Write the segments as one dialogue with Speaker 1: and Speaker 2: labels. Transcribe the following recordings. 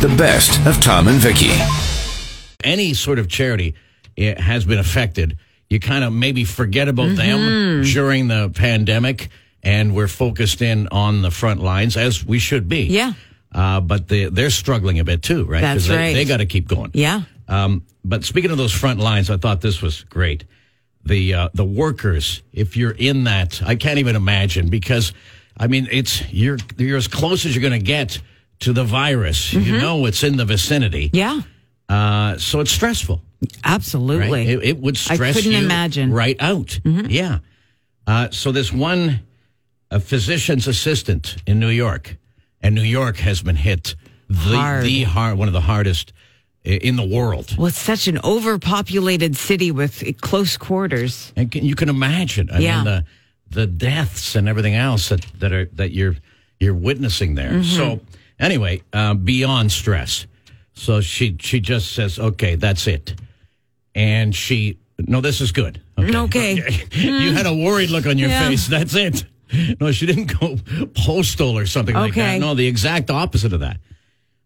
Speaker 1: the best of Tom and Vicky.
Speaker 2: any sort of charity it has been affected. You kind of maybe forget about them
Speaker 3: Mm-hmm.
Speaker 2: during the pandemic, and we're focused in on the front lines as we should be.
Speaker 3: Yeah.
Speaker 2: Uh, but they, they're struggling a bit too, right? 'Cause
Speaker 3: That's
Speaker 2: they,
Speaker 3: right.
Speaker 2: They got to keep going.
Speaker 3: Yeah.
Speaker 2: Um, but speaking of those front lines, I thought this was great. The uh, the workers, if you're in that, I can't even imagine because, I mean, it's you're you're as close as you're going to get to the virus.
Speaker 3: Mm-hmm.
Speaker 2: You know, it's in the vicinity.
Speaker 3: Yeah.
Speaker 2: Uh, so it's stressful. Right?
Speaker 3: Absolutely.
Speaker 2: It, it would
Speaker 3: I
Speaker 2: stress
Speaker 3: couldn't
Speaker 2: you
Speaker 3: imagine. Mm-hmm.
Speaker 2: right out. Yeah. Uh, so this one a physician's assistant in New York, and New York has been hit the
Speaker 3: Hard.
Speaker 2: the hard one of the hardest i- in the world.
Speaker 3: Well, it's such an overpopulated city with close quarters.
Speaker 2: And can, you can imagine. I
Speaker 3: Yeah.
Speaker 2: mean the the deaths and everything else that, that are that you're you're witnessing there.
Speaker 3: Mm-hmm.
Speaker 2: So anyway, uh, beyond stress. So she she just says, okay, that's it, and she no, this is good.
Speaker 3: Okay.
Speaker 2: you had a worried look on your
Speaker 3: Yeah.
Speaker 2: face. That's it. No, she didn't go postal or something like that.
Speaker 3: Okay.
Speaker 2: No, the exact opposite of that.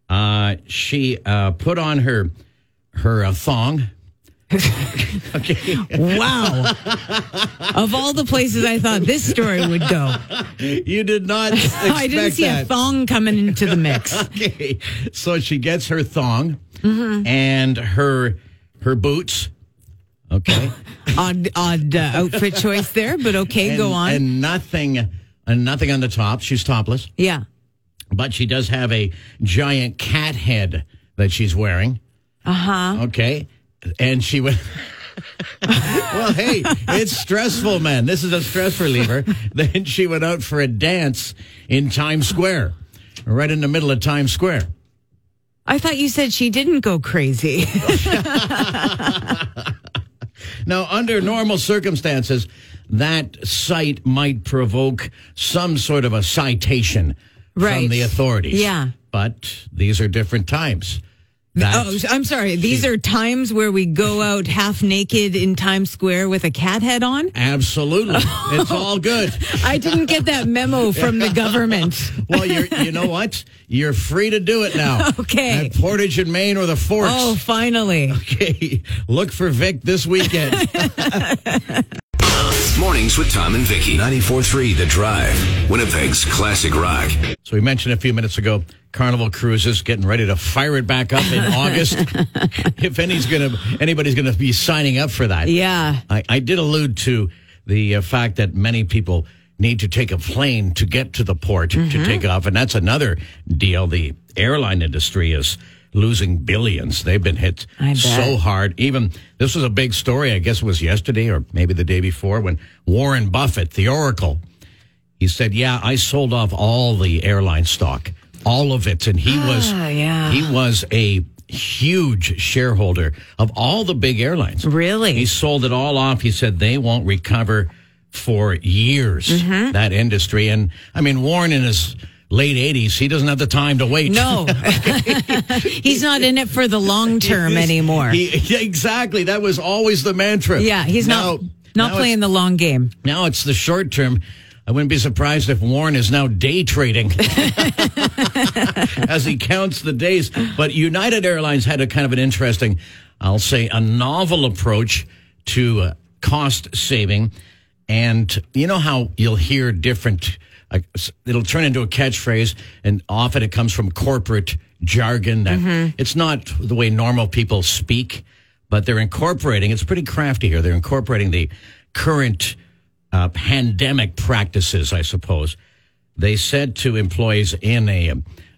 Speaker 2: Uh, she uh, put on her her uh, thong. okay.
Speaker 3: Wow. of all the places I thought this story would go,
Speaker 2: You did not expect
Speaker 3: I didn't see
Speaker 2: that.
Speaker 3: a thong coming into the mix.
Speaker 2: Okay. So she gets her thong and her her boots. Okay.
Speaker 3: odd odd uh, outfit choice there, but okay,
Speaker 2: and,
Speaker 3: go on.
Speaker 2: And nothing and nothing on the top. She's topless.
Speaker 3: yeah.
Speaker 2: but she does have a giant cat head that she's wearing. Uh
Speaker 3: Uh-huh.
Speaker 2: huh. Okay. And she went. well, hey, it's stressful, man. This is a stress reliever. then she went out for a dance in Times Square, right in the middle of Times Square.
Speaker 3: I thought you said she didn't go crazy.
Speaker 2: Now, under normal circumstances, that site might provoke some sort of a citation from
Speaker 3: Right.
Speaker 2: the authorities.
Speaker 3: Yeah.
Speaker 2: But these are different times. That-
Speaker 3: oh, I'm sorry. These are times where we go out half naked in Times Square with a cat head on.
Speaker 2: Absolutely. it's all good.
Speaker 3: I didn't get that memo from the government.
Speaker 2: Well, you're, you know what? You're free to do it now.
Speaker 3: Okay.
Speaker 2: At Portage in Maine or the Forks.
Speaker 3: Oh, finally.
Speaker 2: Okay. Look for Vic this weekend.
Speaker 1: Mornings with Tom and Vicky. 94.3 The Drive. Winnipeg's classic rock.
Speaker 2: so we mentioned a few minutes ago, Carnival Cruises getting ready to fire it back up in August. if any's gonna, anybody's going to be signing up for that.
Speaker 3: Yeah.
Speaker 2: I, I did allude to the uh, fact that many people need to take a plane to get to the port
Speaker 3: Mm-hmm.
Speaker 2: to take off, and that's another deal. The airline industry is losing billions. They've been hit
Speaker 3: I bet.
Speaker 2: so hard. Even this was a big story. I guess it was yesterday or maybe the day before when Warren Buffett, the Oracle, he said, "Yeah, I sold off all the airline stock, all of it," and he was
Speaker 3: Ah, yeah.
Speaker 2: he was a huge shareholder of all the big airlines.
Speaker 3: Really?
Speaker 2: He sold it all off. He said they won't recover for years
Speaker 3: Mm-hmm.
Speaker 2: that industry. And I mean, Warren in his late 80s, he doesn't have the time to wait.
Speaker 3: No. he's not in it for the long term
Speaker 2: He's-
Speaker 3: anymore.
Speaker 2: he- yeah, exactly. That was always the mantra.
Speaker 3: yeah, he's
Speaker 2: Now-
Speaker 3: not not
Speaker 2: now
Speaker 3: playing the long game.
Speaker 2: It's, now it's the short term. I wouldn't be surprised if Warren is now day trading as he counts the days. But United Airlines had a kind of an interesting, I'll say, a novel approach to uh, cost saving. And you know how you'll hear different, uh, s- it'll turn into a catchphrase, and often it comes from corporate jargon that it's not the way normal people speak, but they're incorporating, it's pretty crafty here, they're incorporating the current uh, pandemic practices, I suppose they said to employees in a,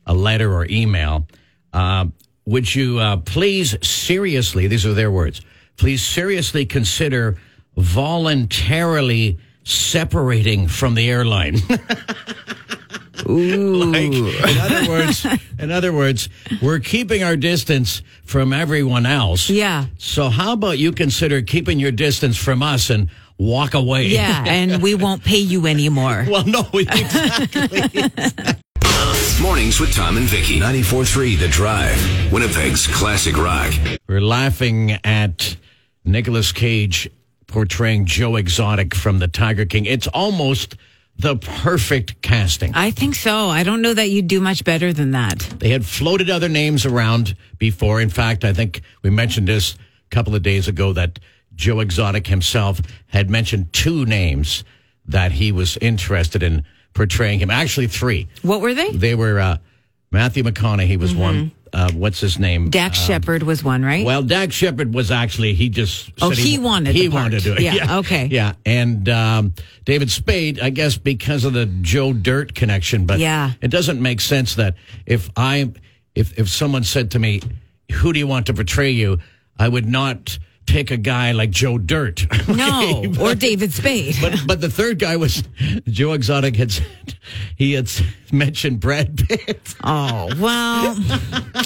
Speaker 2: a letter or email, uh, would you uh, please seriously, these are their words, please seriously consider voluntarily separating from the airline. Like, in other words, in other words, we're keeping our distance from everyone else.
Speaker 3: Yeah.
Speaker 2: So how about you consider keeping your distance from us and walk away?
Speaker 3: Yeah, and we won't pay you anymore.
Speaker 2: well, no, exactly.
Speaker 1: Mornings with Tom and Vicky. 94.3 The Drive. Winnipeg's classic rock.
Speaker 2: We're laughing at Nicolas Cage portraying Joe Exotic from The Tiger King. It's almost the perfect casting.
Speaker 3: I think so. I don't know that you'd do much better than that.
Speaker 2: They had floated other names around before. In fact, I think we mentioned this a couple of days ago that Joe Exotic himself had mentioned two names that he was interested in portraying him. Actually, three.
Speaker 3: What were they?
Speaker 2: They were uh, Matthew McConaughey was one. Uh, what's his name?
Speaker 3: Dax Shepard was one, right?
Speaker 2: Uh, Well, Dak Shepard was actually he just
Speaker 3: Oh,
Speaker 2: said
Speaker 3: he wanted
Speaker 2: he
Speaker 3: the part.
Speaker 2: wanted to do it.
Speaker 3: Yeah, okay.
Speaker 2: yeah, and um, David Spade, I guess because of the Joe Dirt connection, but
Speaker 3: Yeah.
Speaker 2: it doesn't make sense that if I if if someone said to me, "Who do you want to portray you?" I would not take a guy like Joe Dirt.
Speaker 3: no,
Speaker 2: Okay,
Speaker 3: or David Spade.
Speaker 2: But, but the third guy was Joe Exotic had said he had mentioned Brad Pitt.
Speaker 3: oh, well,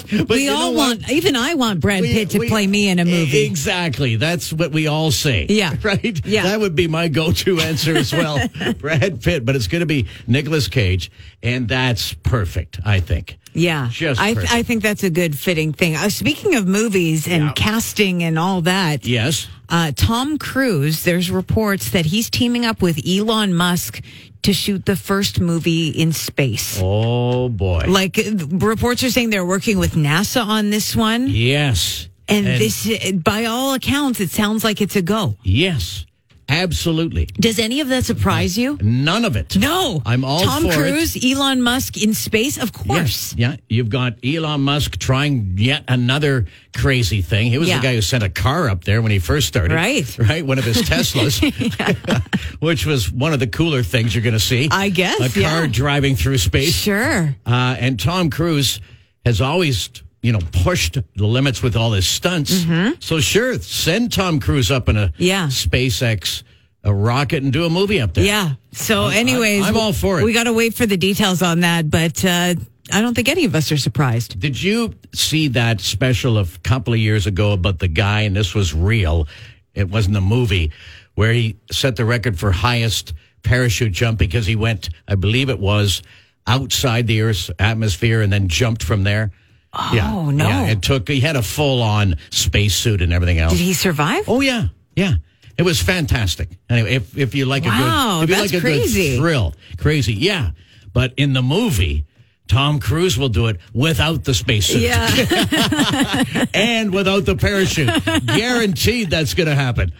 Speaker 2: But
Speaker 3: we
Speaker 2: you know
Speaker 3: all
Speaker 2: what?
Speaker 3: want, even I want Brad
Speaker 2: We-
Speaker 3: Pitt to
Speaker 2: we- e-,
Speaker 3: play me in a movie.
Speaker 2: Exactly. That's what we all say.
Speaker 3: Yeah.
Speaker 2: Right?
Speaker 3: Yeah.
Speaker 2: That would be my go to answer as well. Brad Pitt, but it's going to be Nicolas Cage. And that's perfect, I think.
Speaker 3: Yeah,
Speaker 2: Just
Speaker 3: I,
Speaker 2: perfect.
Speaker 3: I think that's a good fitting thing. Uh, speaking of movies and casting and all that,
Speaker 2: Yes.
Speaker 3: uh, Tom Cruise. There's reports that he's teaming up with Elon Musk to shoot the first movie in space.
Speaker 2: Oh, boy.
Speaker 3: Like uh, reports are saying, they're working with NASA on this one,
Speaker 2: yes.
Speaker 3: and, this, uh, by all accounts, it sounds like it's a go.
Speaker 2: Yes. Absolutely.
Speaker 3: Does any of that surprise you?
Speaker 2: None of it.
Speaker 3: No,
Speaker 2: I'm all
Speaker 3: Tom
Speaker 2: for it.
Speaker 3: Cruise, Elon Musk in space, of course.
Speaker 2: Yeah, you've got Elon Musk trying yet another crazy thing. He was
Speaker 3: Yeah.
Speaker 2: the guy who sent a car up there when he first started.
Speaker 3: Right.
Speaker 2: Right? One of his Teslas, which was one of the cooler things you're going to see.
Speaker 3: I guess,
Speaker 2: A car
Speaker 3: yeah.
Speaker 2: driving through space.
Speaker 3: Sure.
Speaker 2: Uh, and Tom Cruise has always, you know, pushed the limits with all his stunts. So, sure, send Tom Cruise up in a
Speaker 3: Mm-hmm. Yeah.
Speaker 2: SpaceX a rocket and do a movie up there.
Speaker 3: Yeah. So, anyways,
Speaker 2: I'm all for it.
Speaker 3: We got to wait for the details on that, but uh, I don't think any of us are surprised.
Speaker 2: Did you see that special of a couple of years ago about the guy, and this was real, it wasn't a movie, where he set the record for highest parachute jump because he went, I believe it was, outside the Earth's atmosphere and then jumped from there? Oh, yeah,
Speaker 3: no.
Speaker 2: Yeah, it took, he had a full on spacesuit and everything else.
Speaker 3: Did he survive?
Speaker 2: oh, yeah, yeah. It was fantastic. Anyway, if, if you like a
Speaker 3: Wow,
Speaker 2: good, if you
Speaker 3: that's
Speaker 2: like a
Speaker 3: crazy.
Speaker 2: good thrill, crazy, yeah. But in the movie, Tom Cruise will do it without the spacesuit
Speaker 3: Yeah.
Speaker 2: and without the parachute. Guaranteed that's going to happen.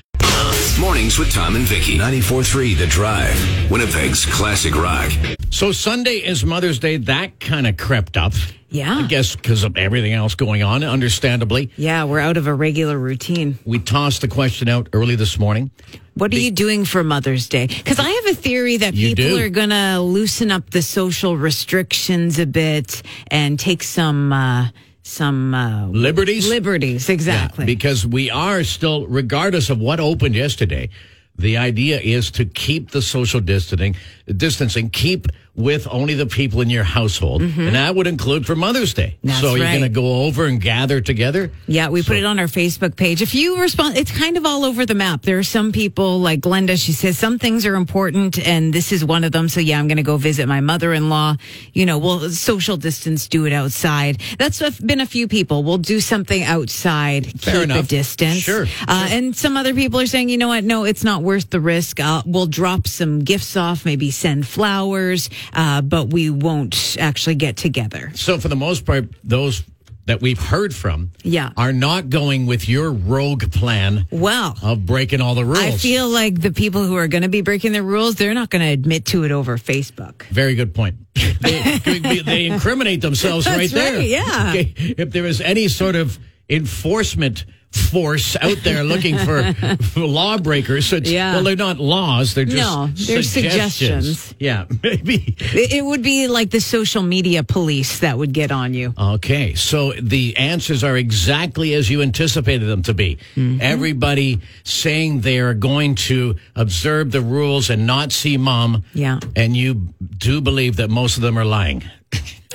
Speaker 1: Mornings with Tom and Vicky. 94.3 The Drive. Winnipeg's classic rock.
Speaker 2: So Sunday is Mother's Day. That kind of crept up.
Speaker 3: Yeah.
Speaker 2: I guess because of everything else going on, understandably.
Speaker 3: yeah, we're out of a regular routine.
Speaker 2: We tossed the question out early this morning.
Speaker 3: What are you doing for Mother's Day? Because I have a theory that
Speaker 2: You
Speaker 3: people
Speaker 2: do.
Speaker 3: are going to loosen up the social restrictions a bit and take some uh, some uh,
Speaker 2: Liberties?
Speaker 3: liberties. Exactly.
Speaker 2: Because we are still, regardless of what opened yesterday, the idea is to keep the social distancing, distancing, keep with only the people in your household. And that would include for Mother's Day.
Speaker 3: Mm-hmm. That's
Speaker 2: so you're
Speaker 3: right.
Speaker 2: going to go over and gather together?
Speaker 3: Yeah, we put it on our Facebook page. If you respond, it's kind of all over the map. There are some people like Glenda. She says some things are important, and this is one of them. So yeah, I'm going to go visit my mother-in-law. You know, we'll social distance, do it outside. That's a- been a few people. We'll do something outside,
Speaker 2: Fair
Speaker 3: keep a
Speaker 2: enough.
Speaker 3: distance.
Speaker 2: Sure,
Speaker 3: Uh, and some other people are saying, you know what? No, it's not worth the risk. Uh, we'll drop some gifts off, maybe send flowers, uh, but we won't actually get together.
Speaker 2: So for the most part, those that we've heard from
Speaker 3: Yeah.
Speaker 2: are not going with your rogue plan
Speaker 3: Well.
Speaker 2: of breaking all the rules.
Speaker 3: I feel like the people who are going to be breaking the rules, they're not going to admit to it over Facebook.
Speaker 2: Very good point. They, they incriminate themselves
Speaker 3: That's
Speaker 2: right there.
Speaker 3: right, yeah.
Speaker 2: Okay, If there is any sort of enforcement force out there looking for, for lawbreakers, it's,
Speaker 3: Yeah.
Speaker 2: well, they're not laws. They're just
Speaker 3: No, they're suggestions.
Speaker 2: Yeah, maybe.
Speaker 3: It, it would be like the social media police that would get on you.
Speaker 2: Okay, so the answers are exactly as you anticipated them to be.
Speaker 3: Mm-hmm.
Speaker 2: Everybody saying they are going to observe the rules and not see mom.
Speaker 3: Yeah.
Speaker 2: And you do believe that most of them are lying.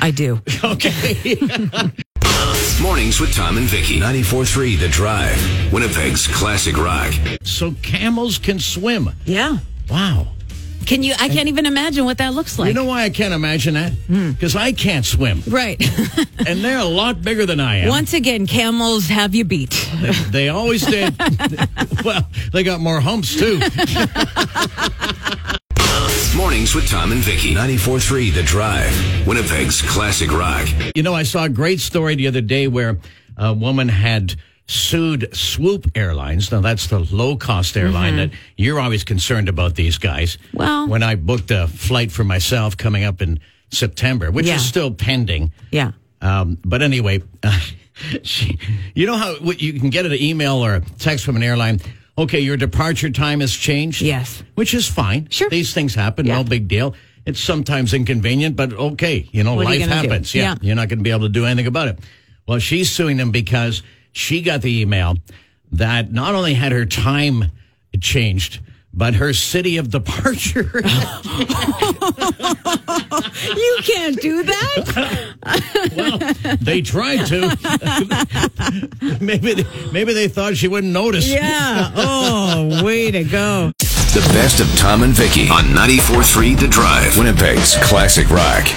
Speaker 3: I do.
Speaker 2: Okay.
Speaker 1: Mornings with Tom and Vicky. 94.3 The Drive. Winnipeg's classic rock.
Speaker 2: so camels can swim.
Speaker 3: Yeah.
Speaker 2: Wow.
Speaker 3: Can you? I can't even imagine what that looks like.
Speaker 2: You know why I can't imagine that?
Speaker 3: Hmm.
Speaker 2: Because I can't swim,
Speaker 3: right.
Speaker 2: and they're a lot bigger than I am.
Speaker 3: Once again, camels have you beat.
Speaker 2: They always did. well, they got more humps too.
Speaker 1: Mornings with Tom and Vicky. 94.3 The Drive. Winnipeg's classic rock.
Speaker 2: You know, I saw a great story the other day where a woman had sued Swoop Airlines. Now, that's the low cost airline that you're always concerned about these guys.
Speaker 3: Mm-hmm. Well-
Speaker 2: when I booked a flight for myself coming up in September, which
Speaker 3: Yeah.
Speaker 2: is still pending.
Speaker 3: Yeah.
Speaker 2: Um, but anyway, she, you know how what you can get an email or a text from an airline. Okay, your departure time has changed.
Speaker 3: Yes.
Speaker 2: which is fine.
Speaker 3: Sure.
Speaker 2: these things happen.
Speaker 3: Yeah.
Speaker 2: No big deal. It's sometimes inconvenient, but okay, you know,
Speaker 3: What are you
Speaker 2: life
Speaker 3: gonna do?
Speaker 2: happens. Yeah,
Speaker 3: Yeah.
Speaker 2: you're not going to be able to do anything about it. Well, she's suing them because she got the email that not only had her time changed, but her city of
Speaker 3: Oh,
Speaker 2: departure.
Speaker 3: You can't do that.
Speaker 2: they tried to. maybe, they, maybe they thought she wouldn't notice.
Speaker 3: yeah. Oh, way to go.
Speaker 1: The best of Tom and Vicky on 94.3 The Drive. Winnipeg's classic rock.